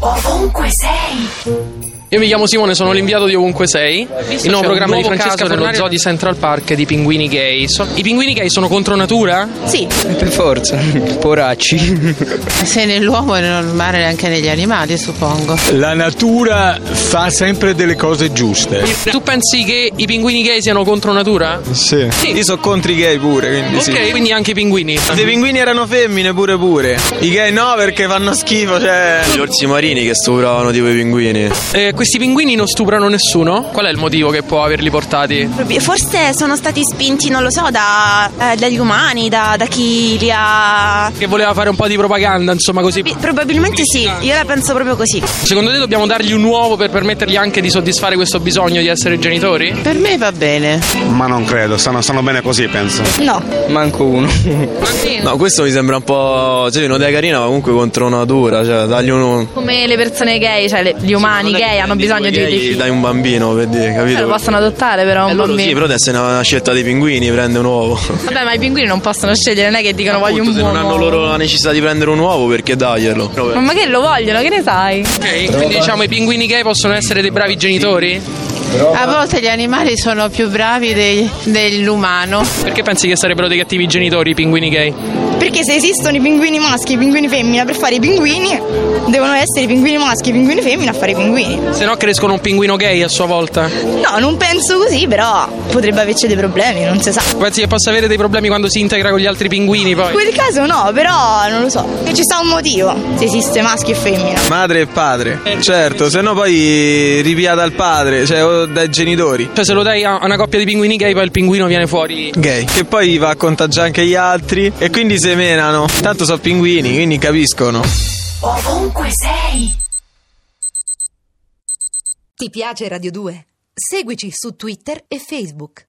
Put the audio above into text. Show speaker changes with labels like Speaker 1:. Speaker 1: Ovunque sei.
Speaker 2: Io mi chiamo Simone, sono l'inviato di Ovunque Sei. il nuovo
Speaker 3: c'è un
Speaker 2: programma di
Speaker 3: nuovo
Speaker 2: Francesca
Speaker 3: caso
Speaker 2: nello
Speaker 3: tornare-
Speaker 2: zoo di Central Park di pinguini gay. So- I pinguini gay sono contro natura?
Speaker 3: Sì,
Speaker 4: Per forza, poracci.
Speaker 3: se nell'uomo è normale anche negli animali, suppongo.
Speaker 5: La natura fa sempre delle cose giuste.
Speaker 2: Tu pensi che i pinguini gay siano contro natura?
Speaker 5: Sì.
Speaker 4: Io sono contro i gay pure, quindi
Speaker 2: Ok,
Speaker 4: sì.
Speaker 2: quindi anche i pinguini.
Speaker 4: I pinguini erano femmine pure pure. I gay no perché fanno schifo, cioè. Gli orsi marini che stupravano tipo i pinguini.
Speaker 2: Eh, questi pinguini non stuprano nessuno? Qual è il motivo che può averli portati?
Speaker 6: Forse sono stati spinti, non lo so, da, eh, dagli umani, da, da chi li ha.
Speaker 2: Che voleva fare un po' di propaganda, insomma così.
Speaker 6: Bi- Probabilmente sì, io la penso proprio così.
Speaker 2: Secondo te dobbiamo dargli un uovo per permettergli anche di soddisfare questo bisogno di essere genitori?
Speaker 3: Per me va bene.
Speaker 7: Ma non credo, stanno, stanno bene così, penso.
Speaker 6: No,
Speaker 4: Manco uno.
Speaker 8: No, questo mi sembra un po'. Cioè, un'idea carina, ma comunque contro natura. Cioè, dagli uno.
Speaker 6: come le persone gay, cioè gli umani
Speaker 8: Non è che
Speaker 6: gay hanno
Speaker 8: prendi
Speaker 6: bisogno
Speaker 8: due
Speaker 6: di, Cioè,
Speaker 8: gay, Dai un bambino per dire, capito?
Speaker 6: Lo possono adottare però
Speaker 8: Eh,
Speaker 6: un
Speaker 8: loro
Speaker 6: bambino.
Speaker 8: sì, però adesso è una, una scelta dei pinguini, prende un uovo.
Speaker 6: Vabbè, ma i pinguini non possono scegliere, non è che dicono voglio
Speaker 8: Appunto,
Speaker 6: un
Speaker 8: se
Speaker 6: uomo.
Speaker 8: non hanno loro la necessità di prendere un uovo, perché darglielo?
Speaker 6: Ma magari lo vogliono, che ne sai?
Speaker 2: Ok, quindi diciamo i pinguini gay possono essere dei bravi genitori?
Speaker 3: A volte gli animali sono più bravi dei- dell'umano.
Speaker 2: Perché pensi che sarebbero dei cattivi genitori i pinguini gay?
Speaker 6: Perché se esistono i pinguini maschi e i pinguini femmina per fare i pinguini, devono essere i pinguini maschi e i pinguini femmina a fare i pinguini.
Speaker 2: Se no crescono un pinguino gay a sua volta.
Speaker 6: No, non penso così, però potrebbe averci dei problemi, non si sa.
Speaker 2: Pensi che possa avere dei problemi quando si integra con gli altri pinguini
Speaker 6: In
Speaker 2: poi?
Speaker 6: quel caso no, però non lo so. Che ci sta un motivo se esiste maschio e femmina.
Speaker 4: Madre e padre.
Speaker 6: Eh,
Speaker 4: Certo, se no poi ripia dal padre, cioè o dai genitori.
Speaker 2: Cioè se lo dai a una coppia di pinguini gay poi il pinguino viene fuori.
Speaker 4: Gay. Che poi va a contagiare anche gli altri. E quindi semenano. Tanto sono pinguini, quindi capiscono.
Speaker 1: Ovunque sei.
Speaker 9: Ti piace Radio 2? Seguici su Twitter e Facebook.